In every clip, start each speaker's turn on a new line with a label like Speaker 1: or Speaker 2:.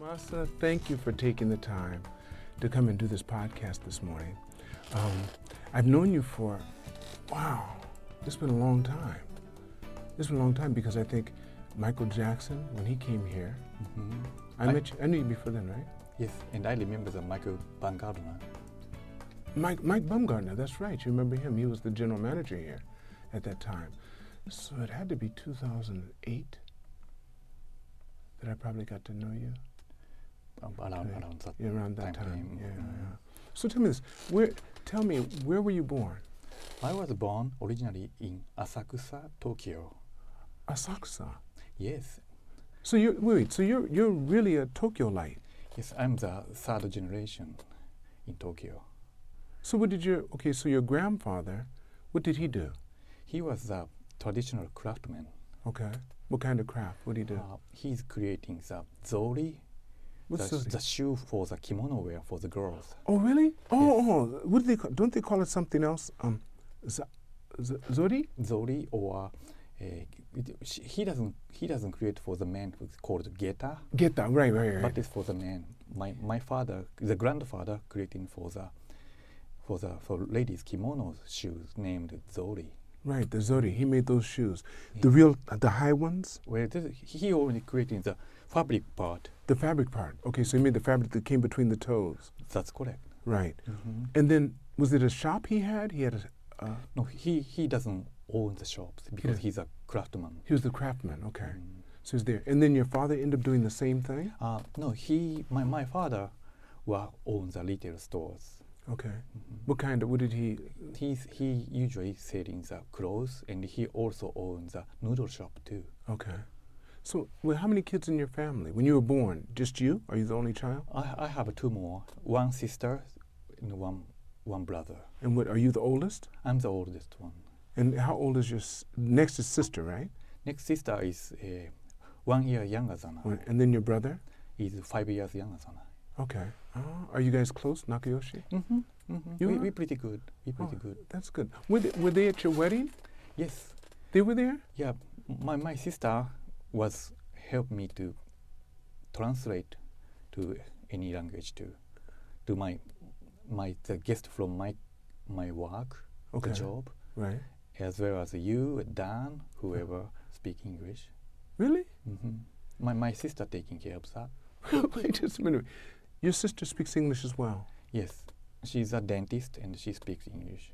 Speaker 1: Masa, thank you for taking the time to come and do this podcast this morning. Um, I've known you for, wow, it's been a long time. It's been a long time because I think Michael Jackson, when he came here,
Speaker 2: Mhm.
Speaker 1: I,
Speaker 2: I-
Speaker 1: met you, I knew you before then, right?
Speaker 2: Yes, and I remember the Michael Baumgartner.
Speaker 1: Mike, Mike Baumgartner, that's right. You remember him. He was the general manager here at that time. So it had to be 2008 that I probably got to know you.
Speaker 2: um, around,
Speaker 1: Okay.
Speaker 2: around that.
Speaker 1: Yeah, around that time.
Speaker 2: Time frame,
Speaker 1: Yeah,
Speaker 2: mm.
Speaker 1: yeah. So tell me this. Where? Tell me where were you born?
Speaker 2: I was born originally in Asakusa, Tokyo.
Speaker 1: Asakusa.
Speaker 2: Yes,
Speaker 1: So you wait. So you're you're really a Tokyo light.
Speaker 2: yes, I'm the third generation in Tokyo.
Speaker 1: So what did your okay? So your grandfather, what did he do?
Speaker 2: He was the traditional craftsman.
Speaker 1: Okay. What kind of craft? What did he do?
Speaker 2: Uh, he's creating the zori,
Speaker 1: What's
Speaker 2: the,
Speaker 1: those-
Speaker 2: the shoe for the kimono wear for the girls.
Speaker 1: oh really? Oh, oh. What do they call, don't they call it something else? Um, za, za, zori.
Speaker 2: Zori or uh, it- she- he doesn't he doesn't create for the men. It's called geta.
Speaker 1: Get that right, right, right.
Speaker 2: But it's for the man. My my father, the grandfather, creating for the for the for ladies kimonos shoes named zori.
Speaker 1: right, the zori. He made those shoes.
Speaker 2: Yeah.
Speaker 1: The real, the high ones,
Speaker 2: Well, this, he only creating the fabric part.
Speaker 1: the fabric part. Okay, so he made the fabric that came between the toes.
Speaker 2: That's correct.
Speaker 1: Right. And then was it a shop he had? He had a. Uh,
Speaker 2: No, he he doesn't own the shops because
Speaker 1: Yeah.
Speaker 2: he's a craftsman.
Speaker 1: he was the craftsman. Okay.
Speaker 2: Mm.
Speaker 1: So he's there. And then your father ended up doing the same thing.
Speaker 2: Uh, no, he my my father, were own the retail stores.
Speaker 1: Okay.
Speaker 2: Mhm.
Speaker 1: What kind of? What did he?
Speaker 2: He's, he usually selling the clothes and he also owns the noodle shop too.
Speaker 1: Okay. So, well, how many kids in your family when you were born? Just you? Are you the only child?
Speaker 2: I, I have two more, one sister and one one brother.
Speaker 1: And what? Are you the oldest?
Speaker 2: I'm the oldest one.
Speaker 1: And how old is your s- next is sister, right?
Speaker 2: Next sister is uh, one year younger than I.
Speaker 1: Or- And then your brother.
Speaker 2: Is five years younger than I.
Speaker 1: Okay. Oh, are you guys close, Nakayoshi?
Speaker 2: Mm-hmm. Mm-hmm.
Speaker 1: You
Speaker 2: We
Speaker 1: are?
Speaker 2: we pretty good. We pretty
Speaker 1: Oh.
Speaker 2: good.
Speaker 1: That's good. Were they, were they at your wedding?
Speaker 2: Yes.
Speaker 1: They were there.
Speaker 2: Yeah. My my sister was helped me to translate to any language to to my my the guest from my my work
Speaker 1: Okay.
Speaker 2: the job
Speaker 1: Right.
Speaker 2: as well as you Dan whoever speak English.
Speaker 1: Really?
Speaker 2: hmm My, my sister taking care of that.
Speaker 1: Wait just a minute. Your sister speaks English as well.
Speaker 2: Yes, she's a dentist and she speaks English.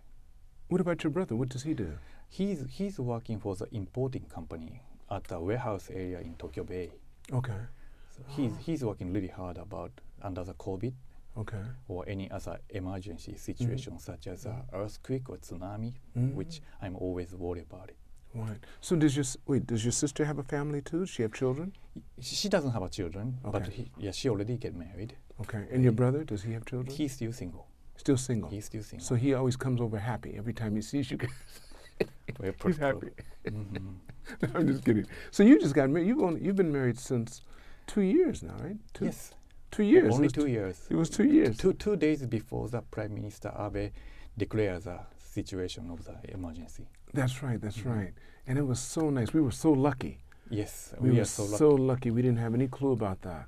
Speaker 1: What about your brother? What does he do?
Speaker 2: He's he's working for the importing company at the warehouse area in Tokyo Bay.
Speaker 1: Okay.
Speaker 2: So he's
Speaker 1: Ah.
Speaker 2: he's working really hard about under the COVID
Speaker 1: Okay.
Speaker 2: or any other emergency
Speaker 1: Mm-hmm.
Speaker 2: situation such as a earthquake or tsunami, which I'm always worried about it.
Speaker 1: Right. So does your s- wait? Does your sister have a family too? Does she have children?
Speaker 2: She she doesn't have a children, but
Speaker 1: Okay.
Speaker 2: he, yeah, she already get married.
Speaker 1: Okay. And your brother? Does he have children?
Speaker 2: He's still single.
Speaker 1: Still single.
Speaker 2: He's still single.
Speaker 1: so he always comes over happy every time he sees you. guys.
Speaker 2: Well,
Speaker 1: He's
Speaker 2: pro-
Speaker 1: happy.
Speaker 2: pro- Mhm.
Speaker 1: I'm just kidding. So you just got married. You've only, you've been married since two years now, right? Two,
Speaker 2: Yes.
Speaker 1: Two years.
Speaker 2: Only
Speaker 1: It was
Speaker 2: two years.
Speaker 1: It was two years.
Speaker 2: Two, two days before the Prime Minister Abe declared the situation of the emergency.
Speaker 1: That's right. That's
Speaker 2: Mhm.
Speaker 1: right. And it was so nice. We were so lucky.
Speaker 2: Yes,
Speaker 1: We,
Speaker 2: we,
Speaker 1: were
Speaker 2: are so lucky.
Speaker 1: Oh, so lucky. We didn't have any clue about that.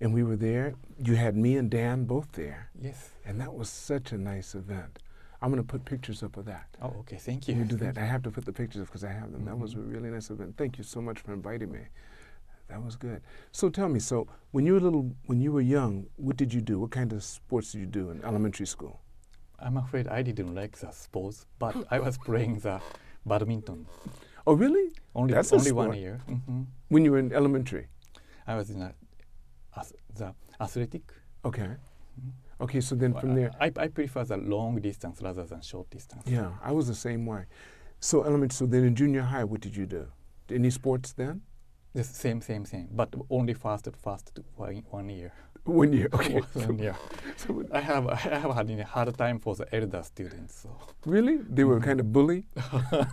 Speaker 1: And we were there. You had me and Dan both there,
Speaker 2: yes.
Speaker 1: and that was such a nice event. I'm gonna put pictures up of that.
Speaker 2: Oh, okay. Thank you.
Speaker 1: Can you do
Speaker 2: Thank
Speaker 1: that? I have to put the pictures up because I have them. That was a
Speaker 2: Mhm.
Speaker 1: really nice event. Thank you so much for inviting me. That was good. So tell me, so when you were little, when you were young, what did you do? What kind of sports did you do in elementary school?
Speaker 2: you. I'm afraid I didn't like the sports, but I was playing the badminton.
Speaker 1: Oh, really?
Speaker 2: Only
Speaker 1: That's a
Speaker 2: only one
Speaker 1: sport.
Speaker 2: year. hmm
Speaker 1: When you were in elementary?
Speaker 2: I was in a, ath- the athletic.
Speaker 1: Okay.
Speaker 2: Mm-hmm.
Speaker 1: Okay, so then from there,
Speaker 2: I, I prefer the long distance rather than short distance.
Speaker 1: yeah, I was the same way. So elementary, so then in junior high, what did you do? Any sports then?
Speaker 2: the same, same, same, but only fasted, fasted one, one year.
Speaker 1: One year. Okay.
Speaker 2: one year. I have, I have had a hard time for the elder students. So
Speaker 1: Really? They
Speaker 2: Mm-hmm.
Speaker 1: were kind of bullied?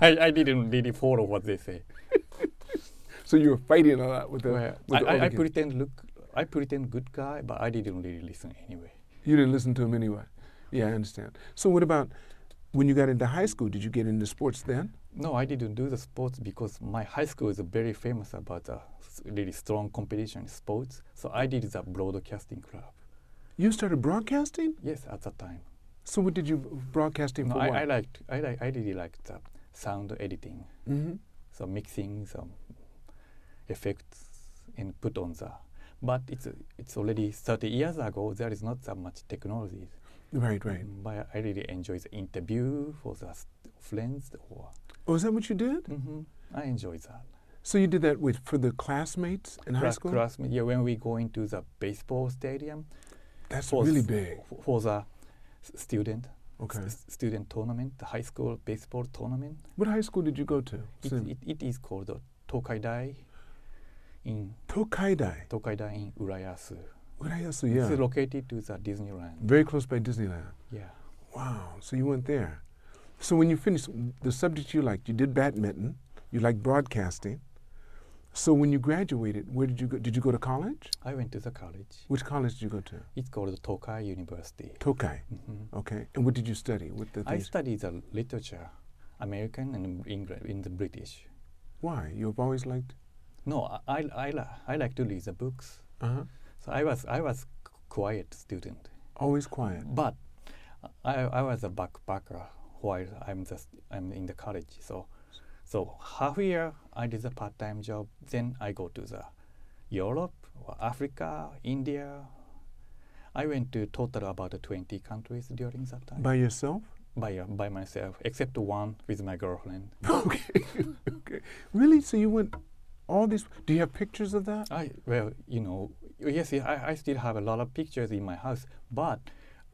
Speaker 2: I, I didn't really follow what they say.
Speaker 1: So you were fighting a lot with the.
Speaker 2: Well,
Speaker 1: with
Speaker 2: I,
Speaker 1: the
Speaker 2: I, I
Speaker 1: older kids.
Speaker 2: pretend look, I pretend good guy, but I didn't really listen anyway.
Speaker 1: You didn't listen to him anyway. Yeah, I understand. So what about when you got into high school? Did you get into sports then?
Speaker 2: No, I didn't do the sports because my high school is very famous about a really strong competition in sports. So I did the broadcasting club.
Speaker 1: You started broadcasting.
Speaker 2: Yes, at that time.
Speaker 1: So what did you broadcasting
Speaker 2: No,
Speaker 1: for?
Speaker 2: I, I liked, I like, I really liked the sound editing,
Speaker 1: mm-hmm.
Speaker 2: so mixing some effects and put on the. But it's it's already 30 years ago. There is not that much technology.
Speaker 1: Right, right.
Speaker 2: But I really enjoy the interview for the s- friends or.
Speaker 1: Oh, is that what you did?
Speaker 2: hmm I enjoy that.
Speaker 1: So you did that with for the classmates in high
Speaker 2: Class-
Speaker 1: school?
Speaker 2: classmate- yeah, when we go into the baseball stadium
Speaker 1: That's
Speaker 2: for
Speaker 1: really
Speaker 2: s-
Speaker 1: big.
Speaker 2: f- for the s- student
Speaker 1: Okay.
Speaker 2: s- student tournament, the high school baseball tournament.
Speaker 1: What high school did you go to?
Speaker 2: It,
Speaker 1: Sim?
Speaker 2: it, it is called the Tokaidai in
Speaker 1: Tokaidai.
Speaker 2: Tokaidai in Urayasu.
Speaker 1: Urayasu, yeah.
Speaker 2: It's located to the Disneyland.
Speaker 1: Very close by Disneyland.
Speaker 2: Yeah.
Speaker 1: Wow. So you went there. So when you finished the subject you liked, you did badminton, you liked broadcasting. So when you graduated, where did you go? Did you go to college?
Speaker 2: I went to the college.
Speaker 1: Which college did you go to?
Speaker 2: It's called Tokai University.
Speaker 1: Tokai.
Speaker 2: hmm
Speaker 1: Okay. And what did you study? What the
Speaker 2: I
Speaker 1: things?
Speaker 2: studied the literature, American and English, in the British.
Speaker 1: Why? You've always liked.
Speaker 2: No, I, I, I, li- I like to read the books.
Speaker 1: Uh huh.
Speaker 2: So I was I was q- quiet student,
Speaker 1: Always quiet.
Speaker 2: but I, I was a backpacker while I'm just I'm in the college. So so half a year I did a part time job. Then I go to the Europe, or Africa, India. I went to total about uh, 20 countries during that time
Speaker 1: By yourself?
Speaker 2: by, uh, by myself, except one with my girlfriend.
Speaker 1: okay. okay. Really? So you went all these? Do you have pictures of that?
Speaker 2: I well, you know, yes, yeah, I, I still have a lot of pictures in my house, but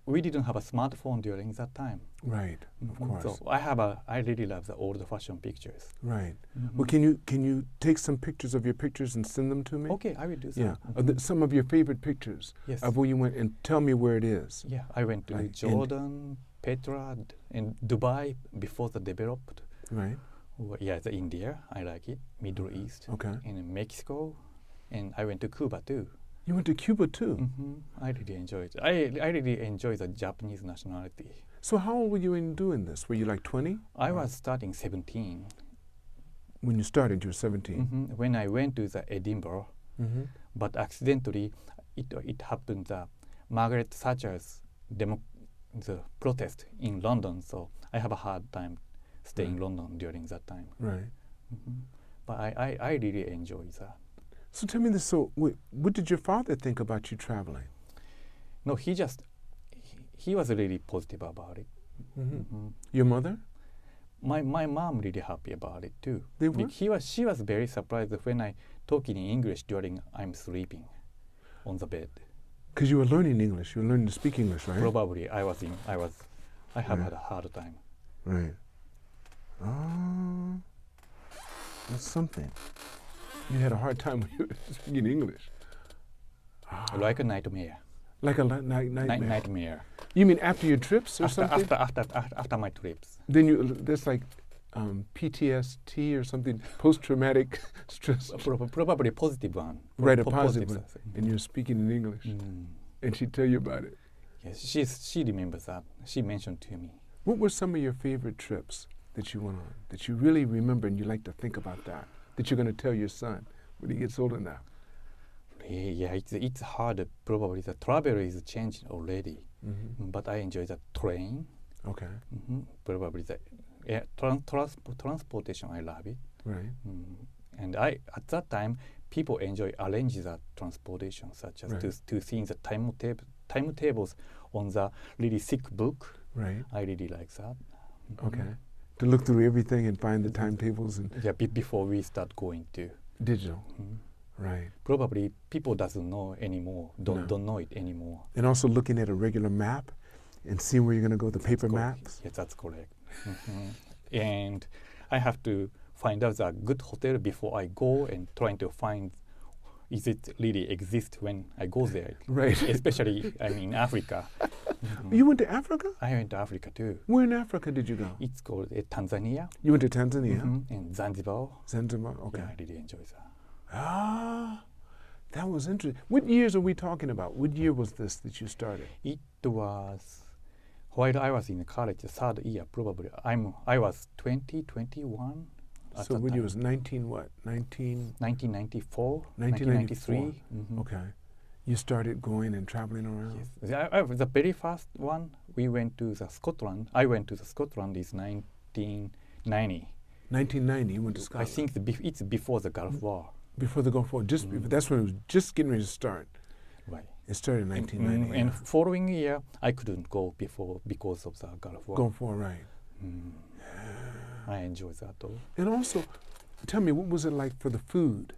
Speaker 2: we didn't have a smartphone during that time.
Speaker 1: Right. Of
Speaker 2: Mhm.
Speaker 1: course.
Speaker 2: So I have a, I really love the old-fashioned pictures.
Speaker 1: Right.
Speaker 2: Mm-hmm.
Speaker 1: Well, can you can you take some pictures of your pictures and send them to me?
Speaker 2: Okay, I will do that.
Speaker 1: Yeah. Of the, some of your favorite pictures
Speaker 2: Yes.
Speaker 1: of where you went, and tell me where it is.
Speaker 2: yeah, I went to
Speaker 1: Like in-
Speaker 2: Jordan, Petra, d- and Dubai before the developed.
Speaker 1: Right.
Speaker 2: Well, yeah, the India, I like it. Middle
Speaker 1: Uh-huh.
Speaker 2: East,
Speaker 1: Okay.
Speaker 2: and Mexico, and I went to Cuba too.
Speaker 1: You went to Cuba too.
Speaker 2: hmm I really enjoyed. I I really enjoy the Japanese nationality.
Speaker 1: So how old were you in doing this? Were you like 20
Speaker 2: I was starting 17
Speaker 1: when you started? You were 17.
Speaker 2: hmm when I went to the Edinburgh,
Speaker 1: Mm-hmm.
Speaker 2: but accidentally, it it happened that Margaret Thatcher's demo, the protest in London. So I have a hard time staying in London during that time.
Speaker 1: Right.
Speaker 2: hmm But I, I, I really enjoy that.
Speaker 1: So tell me this. So wh- what did your father think about you traveling?
Speaker 2: No, he just he, he was really positive about it.
Speaker 1: Mm-hmm.
Speaker 2: hmm
Speaker 1: Your mother?
Speaker 2: My my mom really happy about it too.
Speaker 1: They
Speaker 2: Be-
Speaker 1: were?
Speaker 2: He was she was very surprised when I talk in English during I'm sleeping on the bed.
Speaker 1: Because you were learning English. You were learning to speak English, right?
Speaker 2: Probably I was in I was I have
Speaker 1: Right.
Speaker 2: had a hard time.
Speaker 1: Right. Oh, that's something. You had a hard time when you were speaking English. Ah,
Speaker 2: Like a nightmare.
Speaker 1: Like a li- night, nightmare.
Speaker 2: Night, nightmare.
Speaker 1: You mean after your trips or
Speaker 2: After,
Speaker 1: something?
Speaker 2: after, after, after, after my trips.
Speaker 1: Then you that's like um, PTSD or something, post-traumatic stress.
Speaker 2: Prob- probably positive one. Pro-
Speaker 1: Right, a
Speaker 2: po-
Speaker 1: positive one.
Speaker 2: sense.
Speaker 1: And you're speaking in English,
Speaker 2: Mm.
Speaker 1: and she tell you about it.
Speaker 2: Yes, she's, she remembers that. She mentioned to me.
Speaker 1: What were some of your favorite trips that you went on that you really remember and you like to think about that that you're going to tell your son when he gets old enough?
Speaker 2: Yeah, yeah, it's, it's hard. Probably the travel is changed already.
Speaker 1: Mm-hmm.
Speaker 2: But I enjoy the train.
Speaker 1: Okay,
Speaker 2: hmm Probably the air, tran- transpo- transportation. I love it.
Speaker 1: right.
Speaker 2: Mm. And I at that time, people enjoy arrange the transportation, such as
Speaker 1: Right.
Speaker 2: to, to seeing the timetable timetables on the really thick book.
Speaker 1: Right.
Speaker 2: I really like that. Mm-hmm.
Speaker 1: Okay. To look through everything and find the timetables and
Speaker 2: Yeah, be- before we start going to,
Speaker 1: digital.
Speaker 2: Mhm.
Speaker 1: Right.
Speaker 2: probably people doesn't know anymore. Don't
Speaker 1: No.
Speaker 2: don't know it anymore.
Speaker 1: And also looking at a regular map and seeing where you're going to go, the paper
Speaker 2: Correct.
Speaker 1: maps.
Speaker 2: Yes, that's correct. Mhm. And I have to find out a good hotel before I go and trying to find is it really exist when I go there.
Speaker 1: Right.
Speaker 2: Especially I mean Africa. Mhm.
Speaker 1: You went to Africa?
Speaker 2: I went to Africa too.
Speaker 1: Where in Africa did you go?
Speaker 2: It's called uh, Tanzania
Speaker 1: You went to Tanzania,
Speaker 2: mhm, and Zanzibar.
Speaker 1: Zanzibar. Okay.
Speaker 2: Yeah, I really enjoy that.
Speaker 1: Ah, that was interesting. What years are we talking about? What year was this that you started?
Speaker 2: It was while I was in college, third year probably. I'm I was 20, 21. at
Speaker 1: so
Speaker 2: that
Speaker 1: when you
Speaker 2: time.
Speaker 1: was 19, what? 19.
Speaker 2: 1994,
Speaker 1: 1994.
Speaker 2: 1993. mhm.
Speaker 1: Okay. You started going and traveling around.
Speaker 2: Yes. The, I- I- the very first one, we went to the Scotland. I went to the Scotland is 1990.
Speaker 1: 1990, you went to
Speaker 2: I
Speaker 1: Scotland.
Speaker 2: think the bef- it's before the Gulf War.
Speaker 1: before the Gulf War. Just
Speaker 2: Mm.
Speaker 1: bef- that's when it was just getting ready to start.
Speaker 2: Right.
Speaker 1: It started in
Speaker 2: And-
Speaker 1: 1990.
Speaker 2: mm, And following year, I couldn't go before because of the Gulf
Speaker 1: yeah.
Speaker 2: War.
Speaker 1: Gulf War, right?
Speaker 2: Mm. I enjoyed that though.
Speaker 1: And also, tell me, what was it like for the food?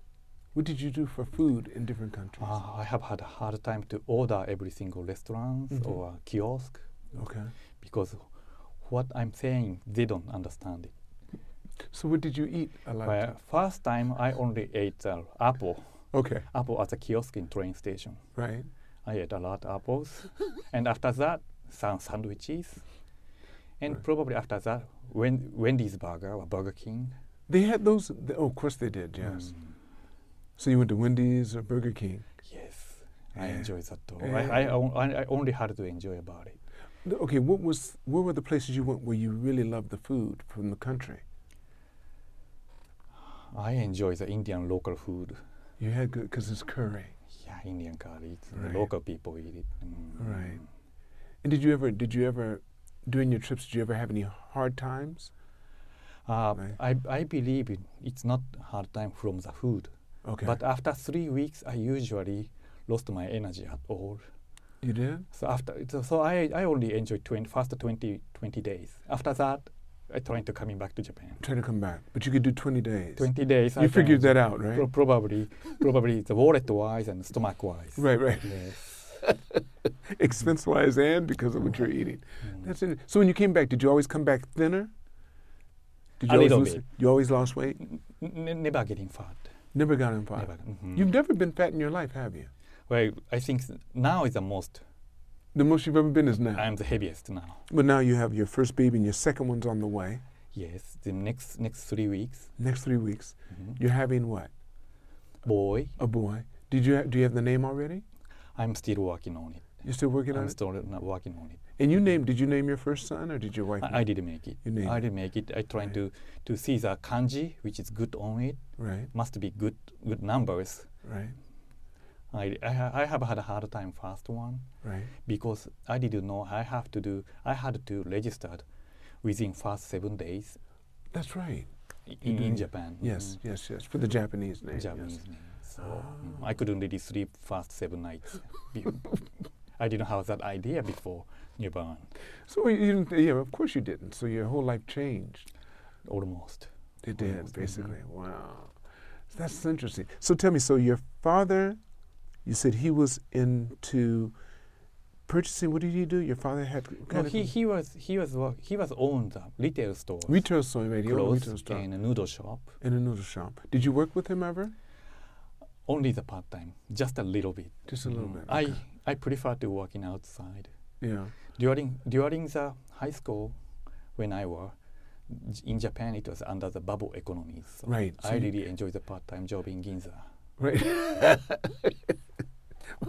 Speaker 1: What did you do for food in different countries?
Speaker 2: Uh, I have had a hard time to order every single restaurant
Speaker 1: Mhm.
Speaker 2: or kiosk
Speaker 1: Okay.
Speaker 2: because what I'm saying, they don't understand it.
Speaker 1: So what did you eat a lot? of
Speaker 2: Well,
Speaker 1: times?
Speaker 2: first time, I only ate uh, apple,
Speaker 1: Okay.
Speaker 2: apple at the kiosk in train station.
Speaker 1: Right.
Speaker 2: I ate a lot of apples, and after that, some sandwiches, and
Speaker 1: Right.
Speaker 2: probably after that, Wen- Wendy's burger or Burger King.
Speaker 1: They had those. th oh, of course they did. Yes.
Speaker 2: Mm,
Speaker 1: So you went to Wendy's or Burger King.
Speaker 2: yes, I
Speaker 1: Yeah.
Speaker 2: enjoyed that too.
Speaker 1: Yeah.
Speaker 2: I, I, on- I, I only had to enjoy about it.
Speaker 1: Th- Okay. What was? Where were the places you went where you really loved the food from the country?
Speaker 2: I enjoy the Indian local food.
Speaker 1: You had good because it's curry.
Speaker 2: Yeah, Indian curry. It's
Speaker 1: Right.
Speaker 2: The local people eat it. Mm.
Speaker 1: Right. And did you ever? Did you ever? During your trips, did you ever have any hard times?
Speaker 2: Uh,
Speaker 1: Right.
Speaker 2: I, I believe it, it's not hard time from the food,
Speaker 1: Okay.
Speaker 2: but after three weeks, I usually lost my energy at all.
Speaker 1: you did.
Speaker 2: So after so, so I, I only enjoyed 20, first 20, 20 days. After that, I trying to coming back to Japan.
Speaker 1: Try to come back, but you could do 20 days.
Speaker 2: Twenty days.
Speaker 1: You figured that out, right?
Speaker 2: Pro- probably, probably the wallet wise and stomach wise.
Speaker 1: Right, right.
Speaker 2: Yes.
Speaker 1: Expense wise and because of what you're eating.
Speaker 2: Mm.
Speaker 1: That's it. So when you came back, did you always come back thinner? Did
Speaker 2: A
Speaker 1: you always
Speaker 2: little
Speaker 1: lose-
Speaker 2: bit.
Speaker 1: You always lost weight?
Speaker 2: N- n- never getting fat.
Speaker 1: Never got in five.
Speaker 2: Never. Mhm.
Speaker 1: You've never been fat in your life, have you?
Speaker 2: well, I think s- now is the most.
Speaker 1: The most you've ever been is now.
Speaker 2: I'm the heaviest now.
Speaker 1: but now you have your first baby and your second one's on the way.
Speaker 2: Yes. The next next three weeks.
Speaker 1: Next three weeks,
Speaker 2: Mhm.
Speaker 1: you're having what?
Speaker 2: Boy,
Speaker 1: A boy. Did you ha- do you have the name already?
Speaker 2: I'm still working on it.
Speaker 1: You're still working on
Speaker 2: I'm
Speaker 1: it.
Speaker 2: still not working on it.
Speaker 1: And you named? Did you name your first son or did your wife?
Speaker 2: I, I didn't make it.
Speaker 1: You named
Speaker 2: I
Speaker 1: it.
Speaker 2: didn't make it. I trying
Speaker 1: Right.
Speaker 2: to to see the kanji, which is good on it,
Speaker 1: Right,
Speaker 2: must be good good numbers.
Speaker 1: right,
Speaker 2: I, I ha- I have had a hard time first one
Speaker 1: right.
Speaker 2: because I didn't know I have to do. I had to register within first seven days
Speaker 1: That's right.
Speaker 2: i-
Speaker 1: You
Speaker 2: in, in
Speaker 1: did.
Speaker 2: Japan.
Speaker 1: Yes,
Speaker 2: Mhm.
Speaker 1: yes, yes. For the Japanese name. yes. Ah.
Speaker 2: Japanese name. So mm, I couldn't really sleep first seven nights. Be- I didn't have that idea before Japan,
Speaker 1: So you didn't, yeah, of course you didn't. So your whole life changed.
Speaker 2: almost.
Speaker 1: It did,
Speaker 2: Almost, mhm.
Speaker 1: basically. Wow. So that's interesting. So tell me, so your father, you said he was into purchasing. What did he do? Your father had
Speaker 2: No,
Speaker 1: kind of
Speaker 2: he, he was he was wo- he was owned a retail store.
Speaker 1: retail store, right? He owned a retail
Speaker 2: clothes
Speaker 1: store
Speaker 2: and a noodle shop.
Speaker 1: and a noodle shop. Did you work with him ever?
Speaker 2: Only the part time, just a little bit.
Speaker 1: Just a little
Speaker 2: Mm.
Speaker 1: bit.
Speaker 2: I
Speaker 1: okay.
Speaker 2: I prefer to working outside.
Speaker 1: yeah.
Speaker 2: During during the high school, when I was in Japan, it was under the bubble economy. So
Speaker 1: Right, so
Speaker 2: I
Speaker 1: you-
Speaker 2: really enjoyed the part time job in Ginza.
Speaker 1: Right.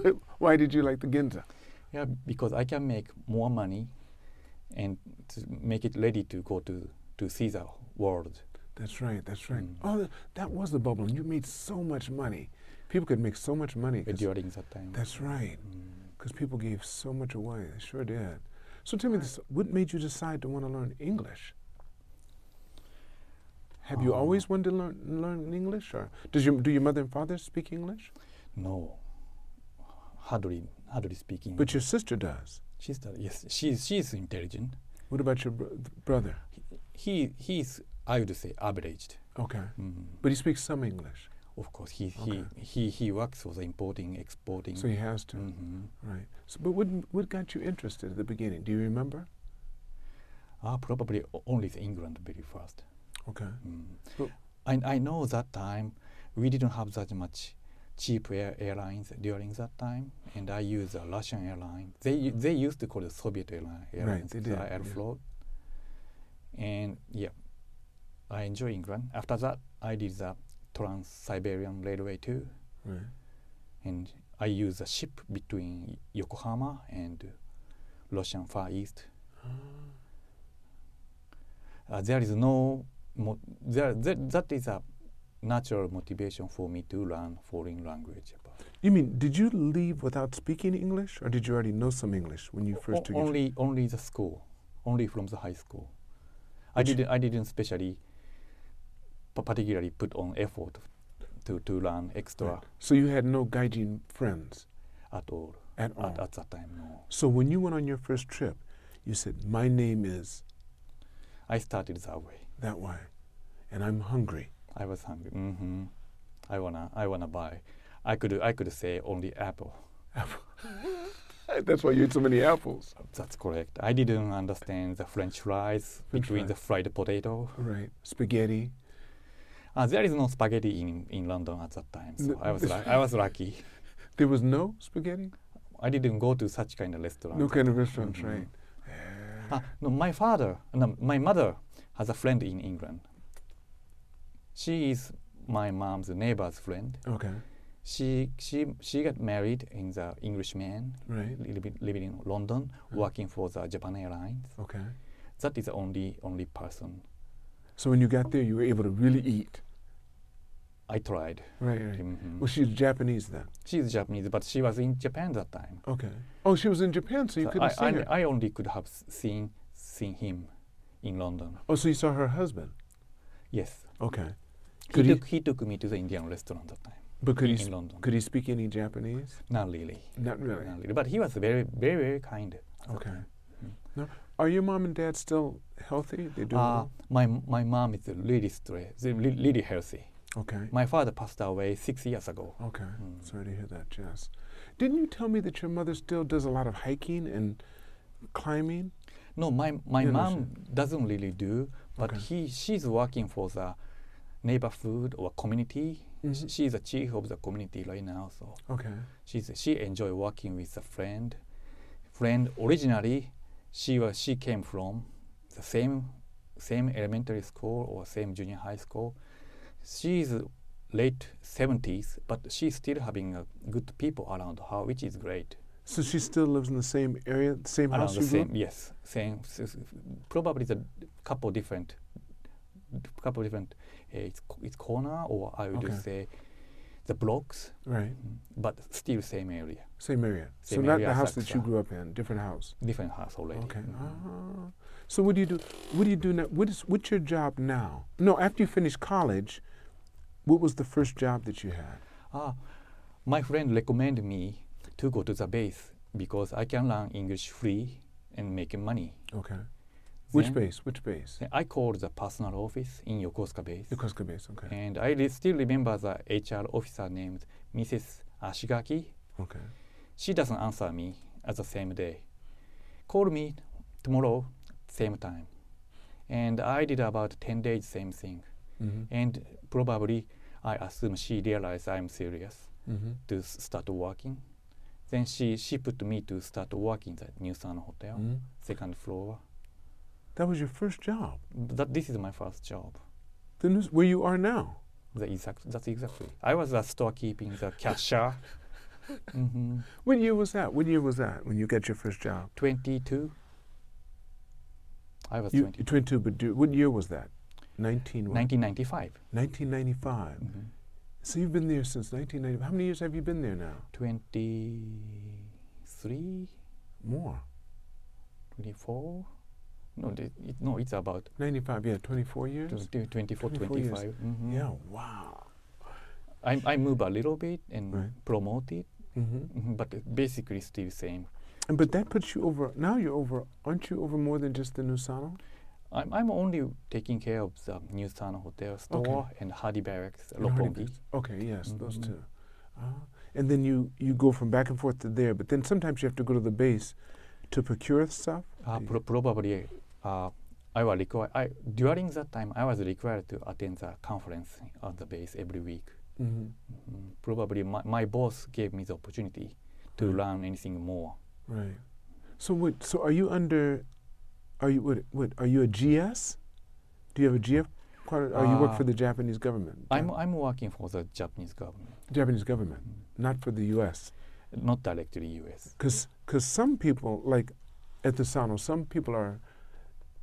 Speaker 1: Why did you like the Ginza?
Speaker 2: Yeah, because I can make more money, and to make it ready to go to to see the world.
Speaker 1: That's right. That's right.
Speaker 2: Mm.
Speaker 1: Oh, th- that was the bubble. and You made so much money. People could make so much money. 'cause-
Speaker 2: During that time.
Speaker 1: That's right.
Speaker 2: Mm.
Speaker 1: because people gave so much away. They sure did. So tell me this: What made you decide to want to learn English? Have you
Speaker 2: Um,
Speaker 1: always wanted to learn learn English, or does your do your mother and father speak English?
Speaker 2: No. Hardly, hardly speaking.
Speaker 1: But your sister does.
Speaker 2: she's the, yes, she's she's intelligent.
Speaker 1: What about your bro- th- brother?
Speaker 2: He he's I would say averaged.
Speaker 1: Okay,
Speaker 2: Mm.
Speaker 1: but he speaks some English,
Speaker 2: Of course, he
Speaker 1: Okay.
Speaker 2: he he he works for the importing exporting.
Speaker 1: so he has to.
Speaker 2: Mhm.
Speaker 1: Right. So, but what what got you interested at the beginning? Do you remember?
Speaker 2: Ah, probably o- only the England very fast.
Speaker 1: Okay.
Speaker 2: Mm.
Speaker 1: Well-
Speaker 2: I, I know that time we didn't have that much cheap air, airlines during that time, and I used a Russian airline. They u- they used to call it Soviet airline airlines,
Speaker 1: they
Speaker 2: the
Speaker 1: did, yeah.
Speaker 2: Aeroflot. And yeah, I enjoy England. After that, I did the Trans Siberian Railway too,
Speaker 1: Right.
Speaker 2: and I used a ship between Yokohama and Russian Far East.
Speaker 1: Ah.
Speaker 2: uh, there is no mo- there, there that is a natural motivation for me to learn foreign language about.
Speaker 1: You mean did you leave without speaking English, or did you already know some English when you first
Speaker 2: O-
Speaker 1: took your
Speaker 2: only only the school only from the high school i
Speaker 1: Which-
Speaker 2: didn't i didn't specially pa- particularly put on effort to to learn extra
Speaker 1: Right. So you had no Gaijin friends
Speaker 2: at all
Speaker 1: at all.
Speaker 2: at, at that time no
Speaker 1: so when you went on your first trip, you said, "My name is
Speaker 2: i started that way
Speaker 1: that way, and I'm hungry."
Speaker 2: i was hungry hmm i wanna i wanna buy i could i could say only apple
Speaker 1: That's why you ate so many apples.
Speaker 2: That's correct. I didn't understand the French fries
Speaker 1: French
Speaker 2: between the
Speaker 1: fries.
Speaker 2: fried potato.
Speaker 1: Right. Spaghetti.
Speaker 2: Uh, there is no spaghetti in, in London at that time, so
Speaker 1: No.
Speaker 2: I was lu- I was lucky.
Speaker 1: There was no spaghetti.
Speaker 2: I didn't go to such kind of restaurant.
Speaker 1: No kind of restaurants,
Speaker 2: Mhm.
Speaker 1: right?
Speaker 2: Ah, no, my father, no, my mother has a friend in England. She is my mom's neighbor's friend.
Speaker 1: Okay.
Speaker 2: She she she got married in the Englishman
Speaker 1: Right.
Speaker 2: living, living in London,
Speaker 1: Mm.
Speaker 2: working for the Japan Airlines.
Speaker 1: Okay.
Speaker 2: That is the only only person
Speaker 1: So when you got there, you were able to really eat.
Speaker 2: I tried.
Speaker 1: Right. right.
Speaker 2: Mhm.
Speaker 1: Well, she's Japanese then.
Speaker 2: She's Japanese, but she was in Japan that time.
Speaker 1: Okay. Oh, she was in Japan, so you
Speaker 2: So
Speaker 1: couldn't
Speaker 2: I,
Speaker 1: see
Speaker 2: I,
Speaker 1: her.
Speaker 2: I only could have s- seen seen him in London.
Speaker 1: oh, so you saw her husband.
Speaker 2: Yes,
Speaker 1: Okay.
Speaker 2: he
Speaker 1: Could he-
Speaker 2: took, he took me to the Indian restaurant that time
Speaker 1: But could he
Speaker 2: in
Speaker 1: s-
Speaker 2: London.
Speaker 1: could he speak any Japanese?
Speaker 2: Not really.
Speaker 1: Not really.
Speaker 2: Not really. But he was very very very kind. at the
Speaker 1: Okay.
Speaker 2: time.
Speaker 1: Are your mom and dad still healthy? They do.
Speaker 2: Uh, my my mom is really straight, really, really healthy.
Speaker 1: okay.
Speaker 2: My father passed away six years ago.
Speaker 1: Okay.
Speaker 2: Mm.
Speaker 1: Sorry to hear that, Jess. Didn't you tell me that your mother still does a lot of hiking and climbing?
Speaker 2: No, my my
Speaker 1: Yeah, no,
Speaker 2: mom doesn't really do, but
Speaker 1: Okay.
Speaker 2: he she's working for the neighborhood or community. Sh
Speaker 1: Mhm.
Speaker 2: She's the chief of the community right now, so
Speaker 1: Okay.
Speaker 2: she's she enjoy working with a friend. Friend originally, she was she came from the same same elementary school or same junior high school. She's late seventies, but she's still having uh, good people around her, which is great.
Speaker 1: So she still lives in the same area, the same
Speaker 2: Around
Speaker 1: house
Speaker 2: the
Speaker 1: you grew
Speaker 2: same, yes, same. s- s- Probably the couple different, couple different. Uh, it's, c- it's corner, or I would
Speaker 1: Okay.
Speaker 2: say, the blocks,
Speaker 1: up? Right.
Speaker 2: mm, but still same area,
Speaker 1: Same area. so
Speaker 2: Same
Speaker 1: not
Speaker 2: area
Speaker 1: the
Speaker 2: as
Speaker 1: house that you
Speaker 2: Aksa.
Speaker 1: grew up in, different house.
Speaker 2: different house already.
Speaker 1: Okay.
Speaker 2: Mhm.
Speaker 1: Ah. So what do you do? What do you do now? What is what's your job now? No, after you finished college, what was the first job that you had?
Speaker 2: Ah, my friend recommended me to go to the base because I can learn English free and making money.
Speaker 1: Okay. Which
Speaker 2: Then-
Speaker 1: base? Which base?
Speaker 2: then I called the personal office in Yokosuka base.
Speaker 1: Yokosuka base. Okay.
Speaker 2: And I re- still remember the HR officer named Mrs. Ashigaki.
Speaker 1: Okay.
Speaker 2: She doesn't answer me at the same day. Call me tomorrow, same time. And I did about 10 days, same thing.
Speaker 1: Mm-hmm.
Speaker 2: And probably I assume she realized I'm serious
Speaker 1: Mm-hmm.
Speaker 2: to s- start working. Then she, she put me to start working at New Sun Hotel,
Speaker 1: Mhm.
Speaker 2: second floor.
Speaker 1: That was your first job.
Speaker 2: That, this is my first job.
Speaker 1: Then this, where you are now.
Speaker 2: The exact, that's exactly. I was a storekeeping, the cashier. hmm
Speaker 1: What year was that? What year was that when you got your first job?
Speaker 2: 22. I was
Speaker 1: You,
Speaker 2: 22.
Speaker 1: 22, but do, what year was that? 19, what?
Speaker 2: 1995.
Speaker 1: 1995.
Speaker 2: Mhm.
Speaker 1: So you've been there since 1995. How many years have you been there now?
Speaker 2: 23,
Speaker 1: More.
Speaker 2: 24? No, the- it, no, it's about
Speaker 1: 95, yeah, 24 years?
Speaker 2: 20, 24,
Speaker 1: 24 years.
Speaker 2: 25. mhm.
Speaker 1: Yeah, wow.
Speaker 2: I, I move a little bit and
Speaker 1: Right.
Speaker 2: promote it,
Speaker 1: Mm-hmm.
Speaker 2: mhm, but it basically still same.
Speaker 1: And, but that puts you over, now you're over, aren't you over more than just the Nusano?
Speaker 2: I'm, I'm only taking care of the New Sun Hotel store and Hardy Barracks,
Speaker 1: And Hardy
Speaker 2: Roppongi.
Speaker 1: Beach. Okay, yes, those
Speaker 2: Mhm.
Speaker 1: two. Uh, and then you, you go from back and forth to there, but then sometimes you have to go to the base to procure stuff.
Speaker 2: Uh,
Speaker 1: Yeah.
Speaker 2: pro- probably uh, I was required. I during that time I was required to attend the conference at the base every week.
Speaker 1: Mm-hmm.
Speaker 2: Mm, Probably my, my boss gave me the opportunity to
Speaker 1: Hmm.
Speaker 2: learn anything more.
Speaker 1: Right. So what? So are you under? Are you what? What are you a GS? Do you have a GF? Quali- or you work
Speaker 2: Uh,
Speaker 1: for the Japanese government?
Speaker 2: I'm
Speaker 1: Ja-
Speaker 2: I'm working for the Japanese government,
Speaker 1: Japanese government,
Speaker 2: Mm.
Speaker 1: not for the U.S.
Speaker 2: not directly U.S.
Speaker 1: Because because some people like at the Sano, some people are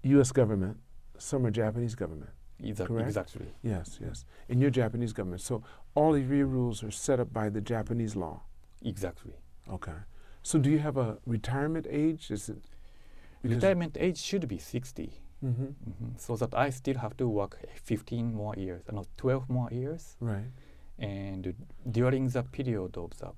Speaker 1: U.S. government, some are Japanese government.
Speaker 2: Exa-
Speaker 1: Correct.
Speaker 2: Exactly.
Speaker 1: Yes, yes. And you're Japanese government, so all of your rules are set up by the Japanese law.
Speaker 2: Exactly.
Speaker 1: Okay. So do you have a retirement age? Is it
Speaker 2: Retirement age should be 60,
Speaker 1: Mm-hmm.
Speaker 2: mhm, so that I still have to work 15 more years, no, 12 more years.
Speaker 1: Right.
Speaker 2: And during the period of the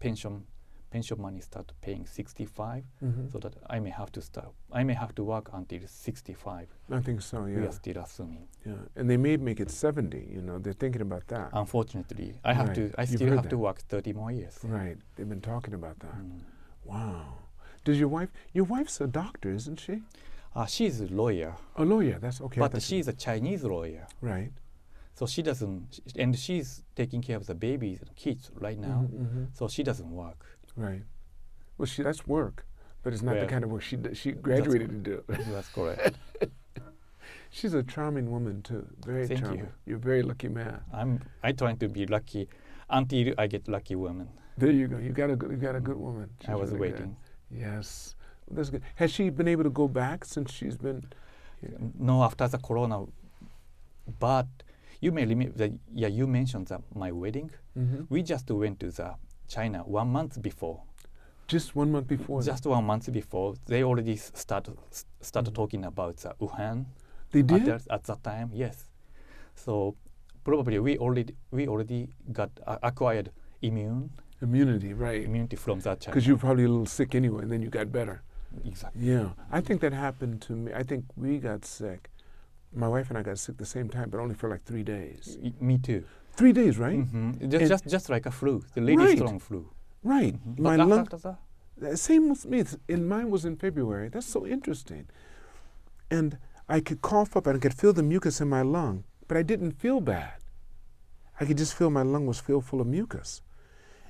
Speaker 2: pension, pension money start paying 65,
Speaker 1: Mm-hmm.
Speaker 2: so that I may have to stop. I may have to work until 65.
Speaker 1: I think so.
Speaker 2: We
Speaker 1: Yeah.
Speaker 2: are still assuming.
Speaker 1: Yeah. And they may make it seventy. You know, they're thinking about that.
Speaker 2: Uh, Unfortunately, I have
Speaker 1: Right.
Speaker 2: to. I
Speaker 1: You've
Speaker 2: still
Speaker 1: heard
Speaker 2: have to
Speaker 1: that.
Speaker 2: work 30 more years.
Speaker 1: Right. They've been talking about that.
Speaker 2: Mm.
Speaker 1: Wow. Does your wife? Your wife's a doctor, isn't she?
Speaker 2: Uh, she's a lawyer,
Speaker 1: A lawyer. That's okay. I
Speaker 2: but
Speaker 1: thought you-
Speaker 2: she's a Chinese lawyer.
Speaker 1: right
Speaker 2: So she doesn't, sh- and she's taking care of the babies and kids right now.
Speaker 1: Mhm, mhm.
Speaker 2: So she doesn't work.
Speaker 1: Right. Well, she that's work, but it's not the
Speaker 2: Well,
Speaker 1: kind of work she d- she graduated to
Speaker 2: what-
Speaker 1: do.
Speaker 2: That's correct.
Speaker 1: She's a charming woman too. Very
Speaker 2: Thank you.
Speaker 1: charming. You're a very lucky man.
Speaker 2: I'm I trying to be lucky until I get lucky woman.
Speaker 1: There you go. You got a good, you got a good woman.
Speaker 2: I
Speaker 1: She's
Speaker 2: was
Speaker 1: really good.
Speaker 2: waiting.
Speaker 1: Yes, that's good. Has she been able to go back since she's been? here?
Speaker 2: No, after the corona, but you may remember that. Yeah, you mentioned that my wedding.
Speaker 1: Mhm.
Speaker 2: We just went to the China one month before.
Speaker 1: Just one month before. that.
Speaker 2: Just one month before, they already s- start s- started
Speaker 1: Mhm.
Speaker 2: talking about the Wuhan.
Speaker 1: they
Speaker 2: at
Speaker 1: did.
Speaker 2: that, at that time yes so probably we already we already got uh, acquired immune
Speaker 1: Immunity, right?
Speaker 2: immunity from that China.
Speaker 1: Because you were probably a little sick anyway, and then you got better.
Speaker 2: exactly
Speaker 1: Yeah, I think that happened to me. I think we got sick. My wife and I got sick the same time, but only for like three days.
Speaker 2: Y- me too
Speaker 1: Three days, right?
Speaker 2: Mhm.
Speaker 1: And-
Speaker 2: just, just just like a flu the really
Speaker 1: Right.
Speaker 2: strong flu
Speaker 1: Right.
Speaker 2: Mhm.
Speaker 1: My
Speaker 2: but after-
Speaker 1: lung.
Speaker 2: after that,
Speaker 1: uh, Same with me. It's- And mine was in February. That's so interesting. And I could cough up and I could feel the mucus in my lung, but I didn't feel bad. I could just feel my lung was filled full of mucus.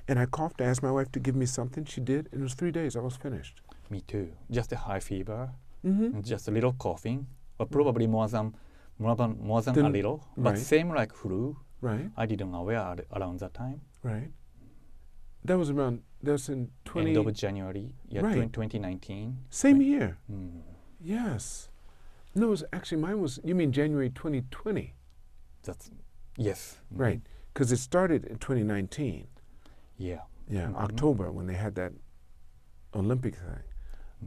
Speaker 1: And I coughed. I asked my wife to give me something. She did. And it was three days. I was finished.
Speaker 2: me too just a high fever
Speaker 1: Mm-hmm.
Speaker 2: and just a little coughing or probably more than more than more than a
Speaker 1: Mm. Then-
Speaker 2: little but
Speaker 1: right.
Speaker 2: same like flu
Speaker 1: Right,
Speaker 2: i didn't aware ar- around that time
Speaker 1: right. That was around, that was in 20.
Speaker 2: end of january yeah
Speaker 1: Right.
Speaker 2: twen- 2019
Speaker 1: Same year.
Speaker 2: Mm.
Speaker 1: Yes. No, it was actually mine was. You mean January 2020?
Speaker 2: that's yes Mhm.
Speaker 1: Right. Because it started in 2019.
Speaker 2: yeah
Speaker 1: Yeah,
Speaker 2: Mhm.
Speaker 1: October when they had that Olympic thing,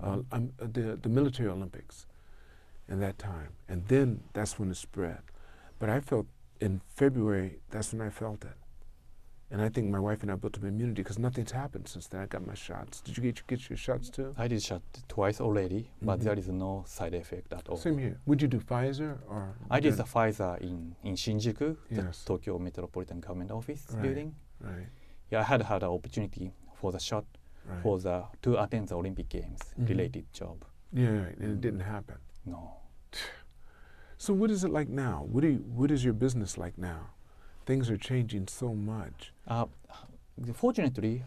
Speaker 1: uh,
Speaker 2: Mhm.
Speaker 1: um, uh, the the military Olympics, in that time, and then that's when it spread. But I felt in February. That's when I felt it. And I think my wife and I built up immunity because nothing's happened since then. I got my shots. Did you get your, get your shots too?
Speaker 2: I did shot twice already, but
Speaker 1: Mhm.
Speaker 2: there is no side effect at all.
Speaker 1: Same here. Would you do Pfizer or?
Speaker 2: Oh. I did the
Speaker 1: Moderna?
Speaker 2: Pfizer in, in Shinjuku,
Speaker 1: Yes.
Speaker 2: the Tokyo Metropolitan Government Office
Speaker 1: Right.
Speaker 2: building.
Speaker 1: Right.
Speaker 2: Yeah, I had had an opportunity for the shot
Speaker 1: Right.
Speaker 2: for the to attend the Olympic Games
Speaker 1: Mhm.
Speaker 2: related job.
Speaker 1: yeah, right. and it didn't
Speaker 2: Mm.
Speaker 1: happen.
Speaker 2: No,
Speaker 1: So what is it like now? What do you, what is your business like now? Things are changing so much.
Speaker 2: uh, fortunately,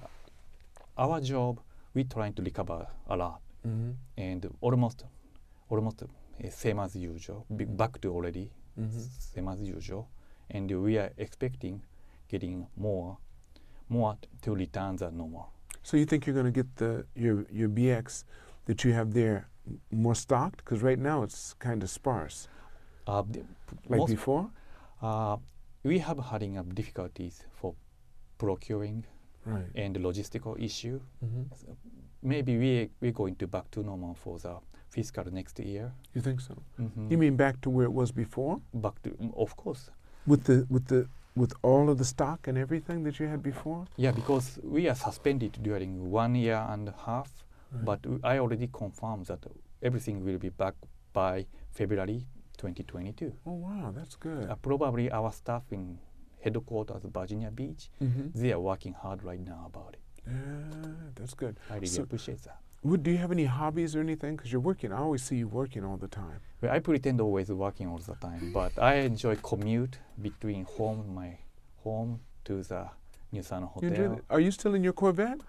Speaker 2: our job we trying to recover a lot
Speaker 1: Mm-hmm.
Speaker 2: and almost almost uh, same as usual, be- back to already
Speaker 1: Mm-hmm.
Speaker 2: same as usual, and we are expecting getting more, more t- to return the normal.
Speaker 1: So you think you're going to get the your your BX that you have there m- more stocked? Because right now it's kind of sparse.
Speaker 2: Uh, the-
Speaker 1: Like
Speaker 2: most-
Speaker 1: before,
Speaker 2: uh, we have having uh, difficulties for procuring
Speaker 1: right?
Speaker 2: and logistical issue.
Speaker 1: Mm-hmm.
Speaker 2: Maybe we we're going to back to normal for the fiscal next year.
Speaker 1: You think so?
Speaker 2: Mhm.
Speaker 1: You mean back to where it was before,
Speaker 2: back to mm, of course,
Speaker 1: with the with the with all of the stock and everything that you had before?
Speaker 2: yeah, because we are suspended during one year and a half,
Speaker 1: Right.
Speaker 2: but w- I already confirmed that everything will be back by February 2022.
Speaker 1: oh wow, that's good.
Speaker 2: Uh, probably our staff in headquarters Virginia Beach,
Speaker 1: Mm-hmm.
Speaker 2: they are working hard right now about it.
Speaker 1: Yeah, that's good.
Speaker 2: I really
Speaker 1: So-
Speaker 2: appreciate that.
Speaker 1: Would, do you have any hobbies or anything? Because you're working. I always see you working all the time.
Speaker 2: Well, I pretend always working all the time, but I enjoy commute between home, my home to the Nissan
Speaker 1: You enjoy
Speaker 2: hotel.
Speaker 1: that. Are you still in your Corvette?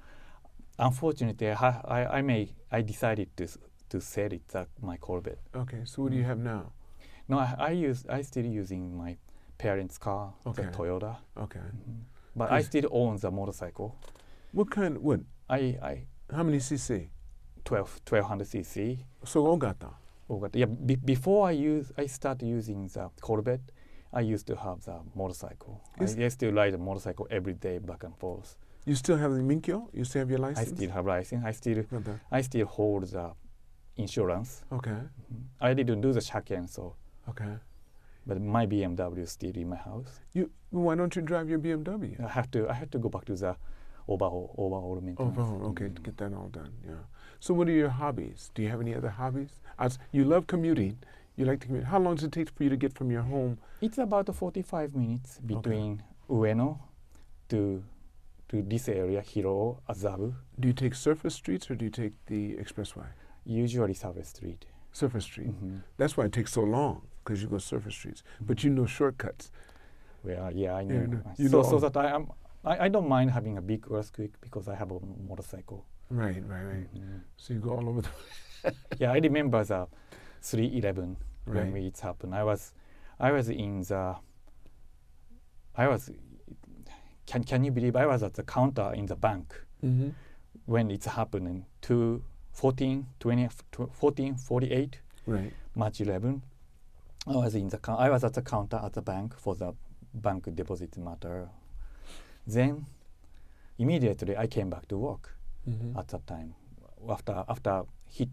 Speaker 2: Unfortunately, I, ha- I, I may I decided to s- to sell it the, my Corvette.
Speaker 1: Okay. So what do you
Speaker 2: Mm.
Speaker 1: have now?
Speaker 2: No, I, I use I still using my parents' car,
Speaker 1: Okay.
Speaker 2: the Toyota,
Speaker 1: Okay.
Speaker 2: Mhm. but I
Speaker 1: Is-
Speaker 2: still own the motorcycle.
Speaker 1: What kind? What?
Speaker 2: I I
Speaker 1: How many cc?
Speaker 2: 12 1200 cc.
Speaker 1: So ogata.
Speaker 2: Oh, but yeah, be- before I use, I start using the Corvette, I used to have the motorcycle. I
Speaker 1: Is-
Speaker 2: I used to ride a motorcycle every day back and forth.
Speaker 1: You still have the minkyo? You still have your
Speaker 2: I
Speaker 1: license?
Speaker 2: still have license. I still,
Speaker 1: Got that.
Speaker 2: I still hold the insurance.
Speaker 1: Okay.
Speaker 2: Mhm. I didn't do the shaken, so
Speaker 1: Okay.
Speaker 2: but my BMW is still in my house.
Speaker 1: You. Why don't you drive your BMW?
Speaker 2: I have to, I have to go back to the overhaul, overhaul
Speaker 1: Oh,
Speaker 2: maintenance.
Speaker 1: well, okay, to
Speaker 2: Mhm.
Speaker 1: get that all done. Yeah. So, what are your hobbies? Do you have any other hobbies? As you love commuting, you like to commute. How long does it take for you to get from your home?
Speaker 2: It's about 45 minutes between Ueno to to this area, Hiro, Azabu,
Speaker 1: Do you take surface streets or do you take the expressway?
Speaker 2: usually Service Street.
Speaker 1: Surface street.
Speaker 2: Mhm.
Speaker 1: That's why it takes so long because you go surface streets. But you know shortcuts.
Speaker 2: Well, yeah, I know.
Speaker 1: Yeah, no, you
Speaker 2: so,
Speaker 1: know
Speaker 2: so
Speaker 1: all-
Speaker 2: that I am, I, I don't mind having a big earthquake because I have a m- motorcycle.
Speaker 1: Right, right, right.
Speaker 2: Mhm.
Speaker 1: So you go all over the
Speaker 2: yeah, I remember the 311
Speaker 1: right.
Speaker 2: when it happened. I was, I was in the, I was, can can you believe I was at the counter in the bank
Speaker 1: Mm-hmm.
Speaker 2: when it's happening to 14, 20, 14, 48,
Speaker 1: Right.
Speaker 2: March 11. I was in the coun- I was at the counter at the bank for the bank deposit matter. Then immediately I came back to work
Speaker 1: Mm-hmm.
Speaker 2: at that time after after hit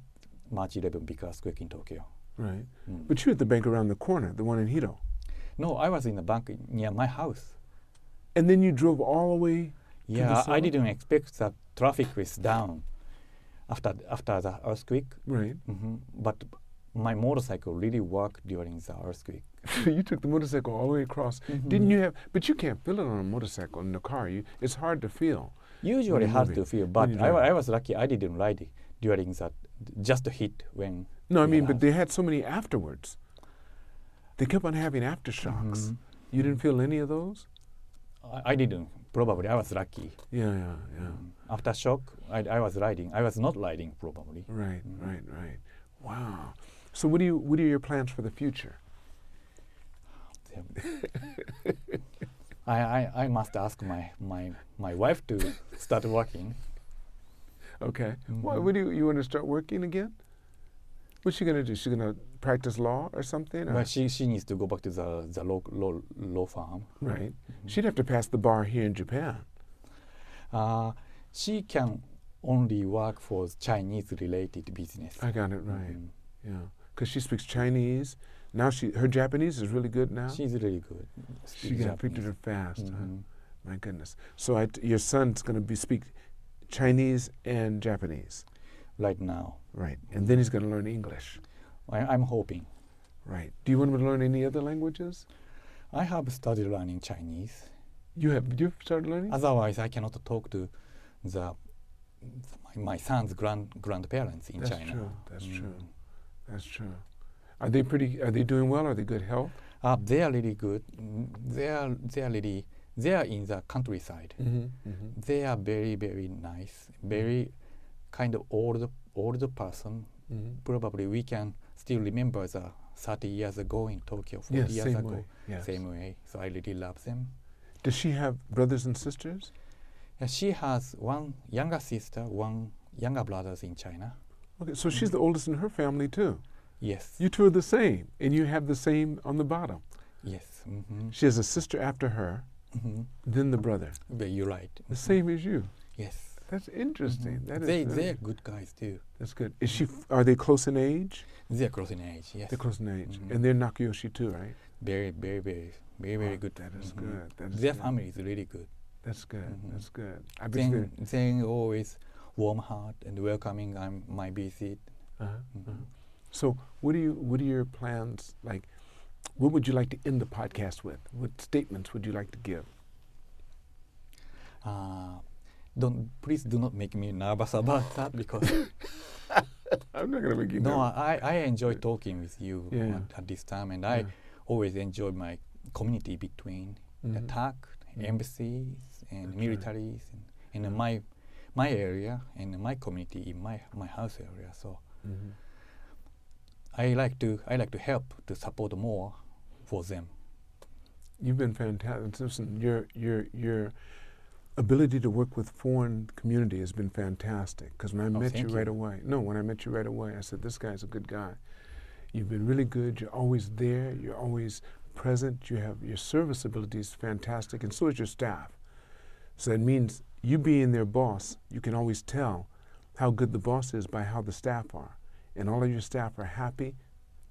Speaker 2: March 11 big earthquake in Tokyo.
Speaker 1: Right.
Speaker 2: Mm.
Speaker 1: But you're at the bank around the corner, the one in Hito.
Speaker 2: no, I was in the bank near my house.
Speaker 1: And then you drove all the way. the
Speaker 2: Yeah, I
Speaker 1: south?
Speaker 2: didn't expect that traffic was down after after the earthquake.
Speaker 1: Right.
Speaker 2: hmm But my motorcycle really worked during the earthquake.
Speaker 1: so you took the motorcycle all the way across. Didn't
Speaker 2: Mhm.
Speaker 1: you have? But you can't feel it on a motorcycle in the car. You, it's hard to feel.
Speaker 2: Usually
Speaker 1: the
Speaker 2: hard
Speaker 1: movie,
Speaker 2: to feel,
Speaker 1: when
Speaker 2: but
Speaker 1: you
Speaker 2: I, wa-
Speaker 1: drive.
Speaker 2: I was lucky I didn't ride it during that just a hit when
Speaker 1: No, I mean,
Speaker 2: Yeah.
Speaker 1: but they had so many afterwards. They kept on having aftershocks.
Speaker 2: Mhm.
Speaker 1: You didn't feel any of those?
Speaker 2: Mm-hmm. I, I didn't. Probably I was lucky.
Speaker 1: Yeah, yeah, yeah.
Speaker 2: Mm. After shock, I, I was riding. I was not riding probably.
Speaker 1: Right,
Speaker 2: Mhm.
Speaker 1: right, right. Wow. So, what do you? What are your plans for the future?
Speaker 2: I, I, I must ask my, my my wife to start working.
Speaker 1: Okay. Why?
Speaker 2: Mhm.
Speaker 1: What do you? You want to start working again? What's she gonna do? She gonna practice law or something? or-
Speaker 2: But she, she needs to go back to the the law law, law firm.
Speaker 1: right. She'd have to pass the bar here in Japan.
Speaker 2: Uh, she can only work for Chinese related business.
Speaker 1: I got it right.
Speaker 2: Mhm.
Speaker 1: Yeah, because she speaks Chinese. Now she her Japanese is really good now.
Speaker 2: She's really good.
Speaker 1: She
Speaker 2: Speak
Speaker 1: got picked
Speaker 2: Japanese.
Speaker 1: it up fast. huh?
Speaker 2: Mhm.
Speaker 1: My goodness. So I t your son's going to be speak Chinese and Japanese,
Speaker 2: right now.
Speaker 1: right? And then he's going to learn English,
Speaker 2: I, I'm hoping.
Speaker 1: right? Do you want him to learn any other languages?
Speaker 2: I have started learning Chinese.
Speaker 1: You have you started learning?
Speaker 2: Otherwise, I cannot talk to the my, my son's grand grandparents in
Speaker 1: That's
Speaker 2: China.
Speaker 1: true. That's true.
Speaker 2: Mm.
Speaker 1: That's true. Are they pretty? Are they doing well? Are they good health?
Speaker 2: Uh, they are really good. Mm, They are they are really they are in the countryside.
Speaker 1: Mm-hmm. Mm-hmm.
Speaker 2: They are very very nice.
Speaker 1: Hmm.
Speaker 2: Very kind of old old person.
Speaker 1: Mm-hmm.
Speaker 2: Probably we can still remember the 30 years ago in Tokyo, 40
Speaker 1: Yes,
Speaker 2: years
Speaker 1: same
Speaker 2: ago.
Speaker 1: way. Yes.
Speaker 2: Same way. So I really love them.
Speaker 1: Does she have brothers and sisters?
Speaker 2: And she has one younger sister, one younger brothers in China.
Speaker 1: Okay, so she's
Speaker 2: Mm-hmm.
Speaker 1: the oldest in her family too.
Speaker 2: Yes.
Speaker 1: You two are the same, and you have the same on the bottom.
Speaker 2: yes. hmm
Speaker 1: She has a sister after her,
Speaker 2: hmm
Speaker 1: then the brother.
Speaker 2: But you're right.
Speaker 1: The
Speaker 2: Mhm.
Speaker 1: same as you.
Speaker 2: Yes.
Speaker 1: That's interesting.
Speaker 2: Mhm.
Speaker 1: That is
Speaker 2: they
Speaker 1: very-
Speaker 2: they're good guys too.
Speaker 1: that's good. Is she? f- Are they close in age?
Speaker 2: They're close in age. Yes.
Speaker 1: They're close in age,
Speaker 2: Mhm.
Speaker 1: and they're Nakayoshi too, right?
Speaker 2: Very very very very very
Speaker 1: Wow,
Speaker 2: good.
Speaker 1: That is
Speaker 2: Mhm.
Speaker 1: good. That is
Speaker 2: Their
Speaker 1: good.
Speaker 2: family is really good.
Speaker 1: That's good.
Speaker 2: Mhm.
Speaker 1: That's good. I bet you
Speaker 2: Then then always warm heart and welcoming. I'm my visit.
Speaker 1: they- uh-huh,
Speaker 2: Mhm.
Speaker 1: uh-huh. So, what do you? What are your plans like? What would you like to end the podcast with? What statements would you like to give?
Speaker 2: Uh, don't please do not make me nervous about that because
Speaker 1: I'm not gonna make you
Speaker 2: no,
Speaker 1: nervous.
Speaker 2: I, I enjoy talking with you
Speaker 1: Yeah.
Speaker 2: at, at this time, and I
Speaker 1: Yeah.
Speaker 2: always enjoy my community between the
Speaker 1: Mhm.
Speaker 2: TAC,
Speaker 1: Mhm.
Speaker 2: embassies, and
Speaker 1: That's right.
Speaker 2: militaries, and, and my my area and my community in my my house area. So
Speaker 1: Mhm.
Speaker 2: I like to I like to help to support more for them.
Speaker 1: You've been fantastic. Listen, your your your ability to work with foreign community has been fantastic. Because when I met you,
Speaker 2: thank
Speaker 1: right
Speaker 2: you.
Speaker 1: away, no, when I met you right away, I said this guy's a good guy. You've been really good. You're always there. You're always present. You have your service ability is fantastic, and so is your staff. So that means you being their boss, you can always tell how good the boss is by how the staff are, and all of your staff are happy,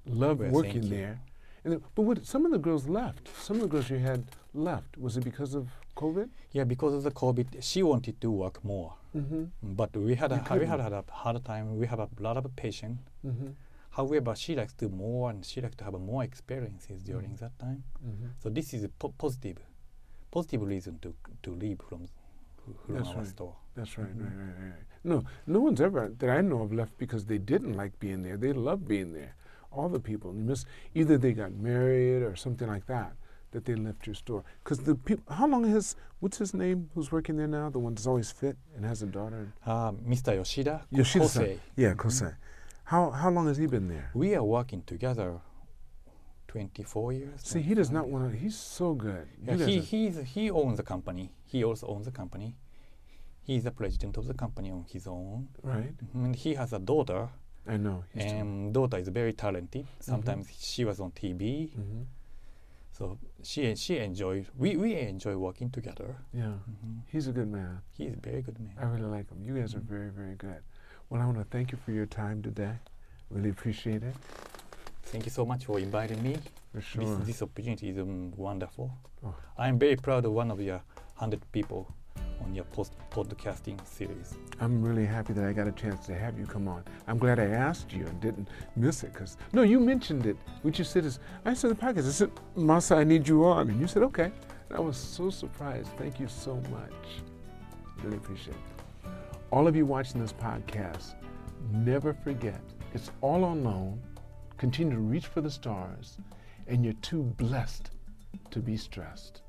Speaker 1: love
Speaker 2: Well, thank
Speaker 1: working
Speaker 2: you.
Speaker 1: there. And then, but what, some of the girls left. Some of the girls you had left. Was it because of COVID?
Speaker 2: Yeah, because of the COVID, she wanted to work more,
Speaker 1: Mm-hmm.
Speaker 2: but we had
Speaker 1: You
Speaker 2: a we had
Speaker 1: couldn't.
Speaker 2: a hard time. We have a lot of patients.
Speaker 1: Mm-hmm.
Speaker 2: However, she likes to more and she likes to have more experiences during that time.
Speaker 1: Mm-hmm.
Speaker 2: So this is a po- positive, positive reason to to leave from from
Speaker 1: That's
Speaker 2: our
Speaker 1: right.
Speaker 2: store.
Speaker 1: That's right,
Speaker 2: Mhm.
Speaker 1: right, right, right, right. No, no one's ever that I know of left because they didn't like being there. They loved being there. All the people, you miss either they got married or something like that that they left your store. Because the people, how long has what's his name who's working there now? The one that's always fit and has a daughter. Mm-hmm.
Speaker 2: Uh, Mr. Yoshida, Ko-
Speaker 1: Yoshida-san.
Speaker 2: Kosei,
Speaker 1: Yeah,
Speaker 2: Mhm.
Speaker 1: Kosei. How how long has he been there?
Speaker 2: we are working together. Twenty-four years.
Speaker 1: See, he does
Speaker 2: 25
Speaker 1: not
Speaker 2: years.
Speaker 1: want to. He's so good. You
Speaker 2: Yeah,
Speaker 1: guys
Speaker 2: he
Speaker 1: are-
Speaker 2: he's, he owns the company. He also owns the company. He is the president of the company on his own.
Speaker 1: right.
Speaker 2: And he has a daughter,
Speaker 1: I know. He's
Speaker 2: and daughter is very talented.
Speaker 1: Mm-hmm.
Speaker 2: Sometimes she was on TV,
Speaker 1: hmm
Speaker 2: so she she enjoyed. We we enjoy working together.
Speaker 1: Yeah,
Speaker 2: Mhm.
Speaker 1: he's a good man.
Speaker 2: He is a very good man.
Speaker 1: Mm-hmm. I really like them. You guys are very, very good. Well, I want to thank you for your time today. Really appreciate it.
Speaker 2: Thank you so much for inviting me.
Speaker 1: For
Speaker 2: This,
Speaker 1: sure.
Speaker 2: this opportunity is um, wonderful.
Speaker 1: Oh.
Speaker 2: I'm very proud of one of your 100 people on your post podcasting series.
Speaker 1: I'm really happy that I got a chance to have you come on. I'm glad I asked you and didn't miss it because, no, you mentioned it. What you said is, I said the podcast. I said, Masa, I need you on. And you said, okay. And I was so surprised. Thank you so much. Really appreciate it. All of you watching this podcast, never forget it's all on loan. Continue to reach for the stars, and you're too blessed to be stressed.